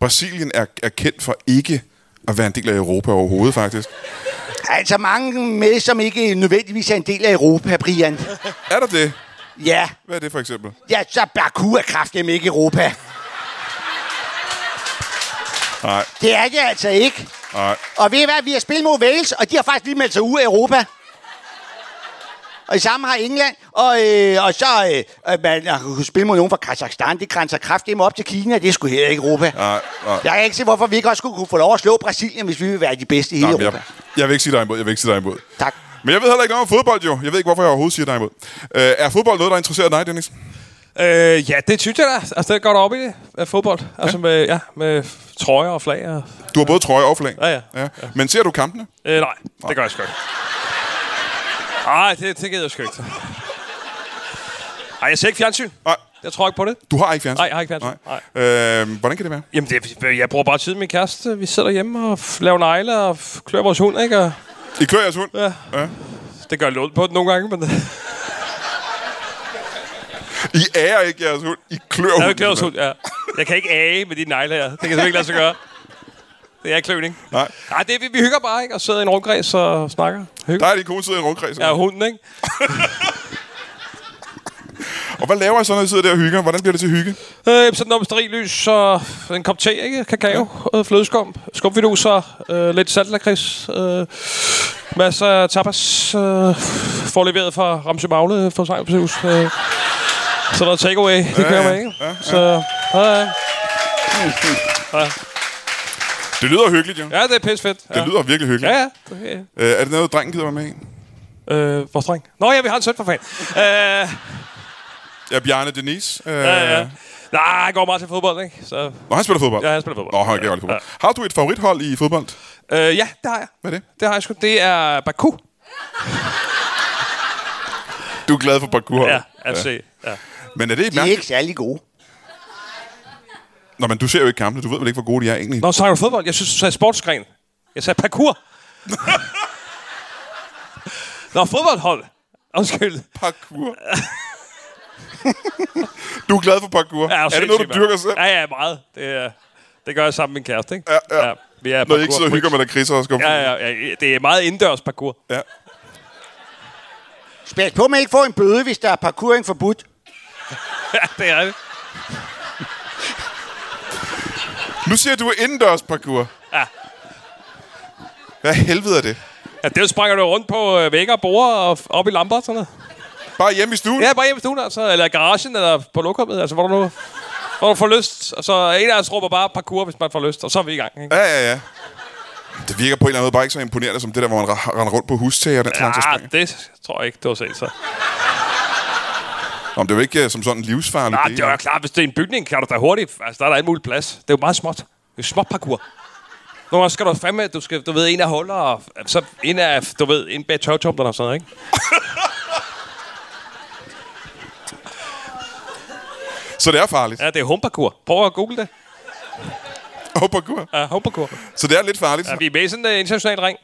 B: Brasilien er, er kendt for ikke at være en del af Europa overhovedet, faktisk.
D: Altså mange med, som ikke nødvendigvis er en del af Europa, Brian.
B: Er der det?
D: Ja,
B: Hvad er det for eksempel?
D: ja så Baku er kraftedeme ikke Europa.
B: Nej,
D: Det er det altså ikke.
B: nej.
D: Og ved I hvad, vi har spillet mod Wales, og de har faktisk lige meldt sig ud af Europa. Og det samme har England. Og, øh, og så øh, øh, man har kunnet spille mod nogen fra Kazakhstan. Det grænser kraftigt op til Kina. Det skulle heller ikke Europa.
B: Nej, nej.
D: Jeg kan ikke se, hvorfor vi ikke også skulle kunne få lov at slå Brasilien, hvis vi vil være de bedste i hele
B: Jamen,
D: Europa.
B: jeg, jeg vil ikke sige dig imod, jeg vil ikke sige dig imod.
D: Tak.
B: Men jeg ved heller ikke noget om fodbold, jo. Jeg ved ikke, hvorfor jeg overhovedet siger dig imod. Øh, er fodbold noget, der interesserer dig, Dennis?
C: Øh, ja, det synes jeg da. Altså, det går der op i det. Af fodbold. Altså, med, ja, med trøjer og flag. Og...
B: Du har både trøje og flag.
C: Ja, ja.
B: ja. Men ser du kampene?
C: Øh, nej, det gør jeg sgu ikke. Nej, det, det gider jeg sgu ikke. Ej, jeg ser ikke fjernsyn.
B: Nej.
C: Jeg tror ikke på det.
B: Du har ikke fjernsyn?
C: Nej, jeg har ikke
B: Nej.
C: fjernsyn.
B: Øh, hvordan kan det være?
C: Jamen, det, er- jeg bruger bare tid med min kæreste. Vi sidder hjemme og f- laver negle og f- klør vores hund, ikke? Og
B: I klør jeres hund?
C: Ja.
B: ja.
C: det gør lidt ondt på den nogle gange, men
B: I ærer ikke jeres hund. I klør
C: jeg vil
B: hunden,
C: klør vores
B: simpelthen.
C: hund, ja. Jeg kan ikke age med de negle her. Det kan jeg simpelthen ikke lade sig gøre. Det er kløning.
B: Nej.
C: Nej, det, vi, vi hygger bare, ikke? Og sidder i en rundkreds og snakker. Hygger.
B: Der er din kone sidder i en rundkreds.
C: Ja, hunden, ikke?
B: Og hvad laver I så, når I sidder der og hygger? Hvordan bliver det til hygge?
C: Øh, sådan noget med sterillys og en kop te, ikke? Kakao, ja. øh, flødeskum, skumfiduser, øh, lidt saltlakrids, øh, masser af tapas, øh, forleveret fra Ramsø Magle fra Sejlpsehus. Øh. Sådan noget takeaway, det kører man, ikke? Ja, ja. Så, ja, ja.
B: Det lyder hyggeligt, jo. Ja.
C: ja, det er pisse fedt. Ja.
B: Det lyder virkelig hyggeligt.
C: Ja, ja. Okay.
B: Øh, er det noget, drengen gider være med i?
C: Øh, vores dreng. Nå ja, vi har en søn for fanden. Øh,
B: Ja, Bjarne Denise. Øh,
C: ja, ja. Nej, han går meget til fodbold, ikke? Så,
B: Nå, han spiller fodbold.
C: ja, han spiller fodbold.
B: Nå, han kan godt fodbold. Har du et favorithold i fodbold?
C: Øh, ja, det har jeg.
B: Hvad er det?
C: Det har jeg sgu. Det er Baku.
B: Du er glad for parkour.
C: Ja, FC. Ja.
B: Men er det et
D: De er
B: mærkeligt?
D: ikke særlig gode.
B: Nå, men du ser jo ikke kampene. Du ved vel ikke, hvor gode de er egentlig.
C: Nå, snakker du fodbold? Jeg synes, du sagde sportsgren. Jeg sagde parkour. Nå, fodboldhold. Undskyld.
B: Parkour. du er glad for parkour.
C: Ja,
B: er det noget, du
C: sindssygt,
B: dyrker
C: mand.
B: selv?
C: Ja, ja, meget. Det, øh, det gør jeg sammen med min kæreste, ikke?
B: Ja, ja.
C: vi er
B: Når I ikke sidder og hygger med dig, Chris og Oscar.
C: Ja, ja, ja, det er meget indendørs parkour.
B: ja.
D: Pas på, man ikke får en bøde, hvis der er parkouring forbudt.
C: Ja, det er det.
B: Nu siger du indendørs parkour.
C: Ja.
B: Hvad helvede er det?
C: Ja, det springer du rundt på øh, vægge og borde og f- op i lamper og sådan noget.
B: Bare hjemme i stuen?
C: Ja, bare hjemme i stuen, altså. Eller i garagen, eller på lokummet. Altså, hvor du nu... Hvor du får lyst. Og så en af os råber bare parkour, hvis man får lyst. Og så er vi i gang, ikke?
B: Ja, ja, ja. Det virker på en eller anden måde bare ikke så imponerende som det der, hvor man ra- render rundt på hustag og den slags.
C: Ja,
B: Ja.
C: det tror jeg ikke, du har set så.
B: Nå, men det er jo ikke øh, som sådan en livsfarlig
C: Nej, det er jo klart, hvis det er en bygning, kan du da hurtigt. Altså, der er der alt muligt plads. Det er jo meget småt. Det er jo småt parkour. Nogle gange skal du fandme, du skal, du ved, en af huller, og så en af, du ved, en bag tørretumblerne og sådan noget, ikke?
B: Så det er farligt. Ja.
C: Ja, det er homeparkour. Prøv at google det.
B: Oh, parkour.
C: Ja, homeparkour.
B: Så det er lidt farligt.
C: Ja, vi er med i sådan en international ring.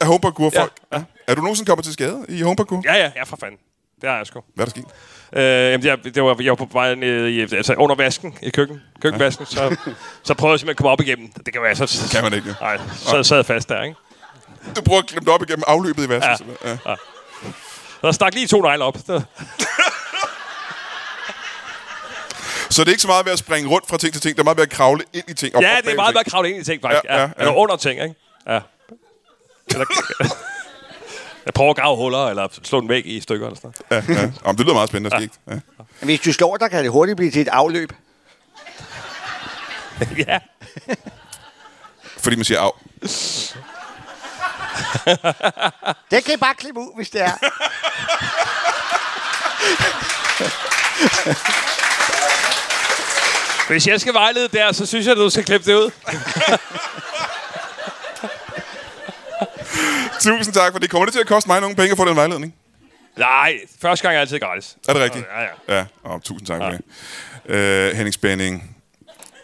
B: Er home parkour folk? Ja.
C: Ja, ja.
B: ja. Er du nogensinde kommet til skade i home parkour? Ja.
C: Ja, ja, ja, for fanden. Det har jeg sgu.
B: Hvad er der sket?
C: Øh, jamen, jeg, det var, jeg var på vej ned i, altså under vasken i køkken, køkkenvasken, så, så prøvede jeg simpelthen at komme op igennem. Det kan, være, så,
B: Kan man ikke, ja.
C: Nej, så sad jeg fast der, ikke?
B: Du prøver at klemme det op igennem afløbet i vasken.
C: Ja.
B: simpelthen. Ja.
C: Der stak lige to negle op. Det,
B: Så det er ikke så meget ved at springe rundt fra ting til ting. Det er meget ved at kravle ind i ting. Og
C: Ja,
B: op
C: det er
B: bag
C: meget
B: ting.
C: mere kravlet ind i ting, faktisk.
B: Ja,
C: Ja, ja,
B: ja,
C: ja. Eller under ting, ikke? Ja. Eller, jeg prøver at grave huller, eller slå den væk i stykker. Eller sådan noget.
B: Ja, ja. Jamen, det lyder meget spændende. Ja. Skigt. Ja.
D: Hvis du slår dig, kan det hurtigt blive til et afløb.
C: ja.
B: Fordi man siger, af.
D: Det kan I bare klippe ud, hvis det er.
C: Hvis jeg skal vejlede der, så synes jeg, at du skal klippe det ud.
B: Tusind tak for det. Kommer det til at koste mig nogle penge at få den vejledning?
C: Nej, første gang er altid gratis.
B: Er det rigtigt?
C: Ja, ja.
B: ja. Og tusind tak for det. Øh, Henning Spænding,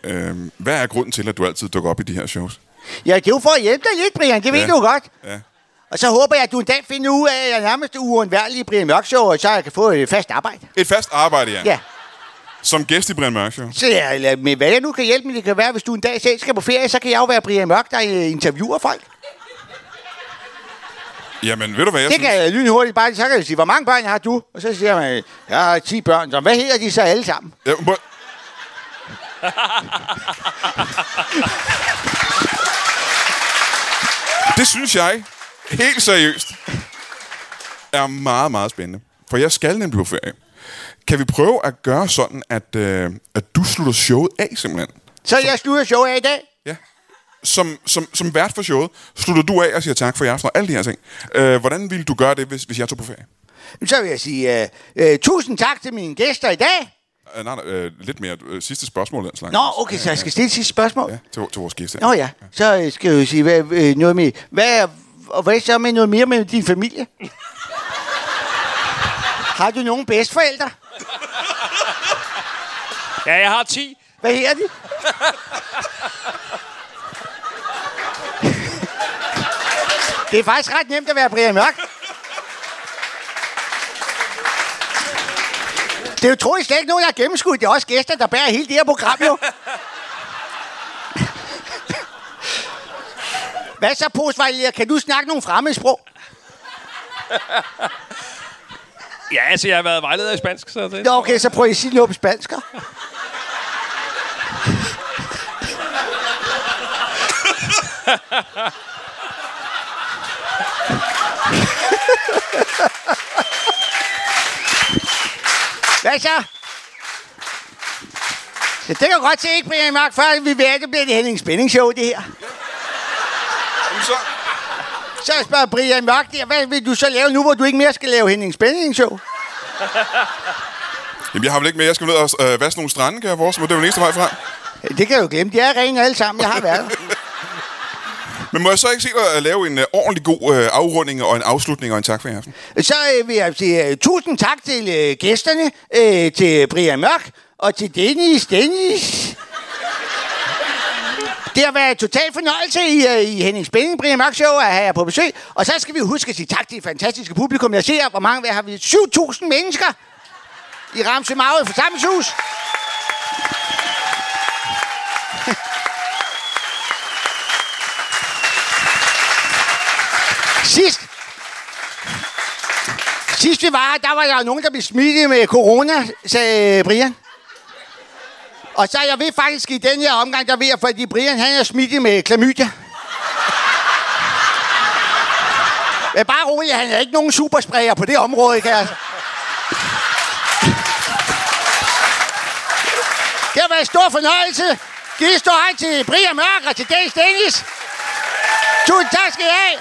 B: øh, hvad er grunden til, at du altid dukker op i de her shows?
D: Ja, det er jo for at hjælpe dig lidt, Brian. Det ved
B: Ja.
D: ja. du godt.
B: Ja.
D: Og så håber jeg, at du en dag finder ud af, at jeg er nærmest uundværlig i Brian Mørk Show, og så jeg kan få et fast arbejde.
B: Et fast arbejde, ja.
D: Ja.
B: Som gæst i Brian Mørk Show.
D: Så jeg, eller med hvad jeg nu kan hjælpe med, det kan være, hvis du en dag selv skal på ferie, så kan jeg jo være Brian Mørk, der øh, interviewer folk.
B: Jamen, ved du hvad, jeg
D: det
B: synes?
D: kan jeg lynhurtigt bare, så kan jeg sige, hvor mange børn har du? Og så siger man, jeg har 10 børn. Så hvad hedder de så alle sammen?
B: Jeg, må... det synes jeg. Helt seriøst. er meget, meget spændende. For jeg skal nemlig på ferie. Kan vi prøve at gøre sådan, at, øh, at du slutter showet af simpelthen?
D: Så jeg slutter showet af i dag.
B: Ja. Som, som, som vært for showet, slutter du af og siger tak for i aften og alle de her ting. Øh, hvordan ville du gøre det, hvis, hvis jeg tog på ferie?
D: Så vil jeg sige øh, øh, tusind tak til mine gæster i dag.
B: Øh, nej, nej, øh, lidt mere. Øh, sidste spørgsmål, den slags.
D: Nå, okay, så jeg skal stille et sidste spørgsmål.
B: Ja, til, til vores gæster.
D: Nå ja, så øh, skal jeg jo sige hvad, øh, noget mere. Hvad, er- og hvad så med noget mere med din familie? Har du nogen bedsteforældre?
C: Ja, jeg har 10.
D: Hvad hedder de? Det er faktisk ret nemt at være Brian Mørk. Det er jo troligt slet ikke nogen, jeg har gennemskudt. Det er også gæster, der bærer hele det her program jo. Hvad så, postvejleder? Kan du snakke nogle fremmedsprog?
C: Ja, altså, jeg har været vejleder i spansk, så det...
D: Nå, okay, så prøv at sige noget på spansker. Hvad så? Ja, det kan jeg godt se, ikke, Brian Mark? Før vi ved, at det bliver det Henning Spænding Show, det her.
B: Jamen, så,
D: Så spørger Brian Mørk, der, hvad vil du så lave nu, hvor du ikke mere skal lave Henning Spænding Show?
B: jamen, jeg har vel ikke mere. Jeg skal ned og øh, vaske nogle strande, kan jeg forestille mig. Det er vel eneste vej frem.
D: Det kan jeg jo glemme. De er rene alle sammen. Jeg har været der.
B: Men må jeg så ikke se dig øh, lave en øh, ordentlig god øh, afrunding og en afslutning og en tak for i aften?
D: Så øh, vil jeg sige øh, tusind tak til øh, gæsterne, øh, til Brian Mørk og til Dennis. Dennis. Det har været en total fornøjelse i, øh, i Henning Spænding, Brian Mørk Show, at have jer på besøg. Og så skal vi huske at sige tak til det fantastiske publikum. Jeg ser, hvor mange hvad har vi? 7.000 mennesker i Ramsø Maget forsamlingshus. Sidst, sidst vi var her, der var der nogen, der blev smittet med corona, sagde øh, Brian. Og så er jeg ved faktisk i den her omgang, der ved jeg, fordi Brian han er smittet med klamydia. Men bare rolig, han er ikke nogen supersprayer på det område, kan jeg. Det har været en stor fornøjelse. Giv en stor hej til Brian Mørk og til Dennis Dennis. Tusind tak skal I have.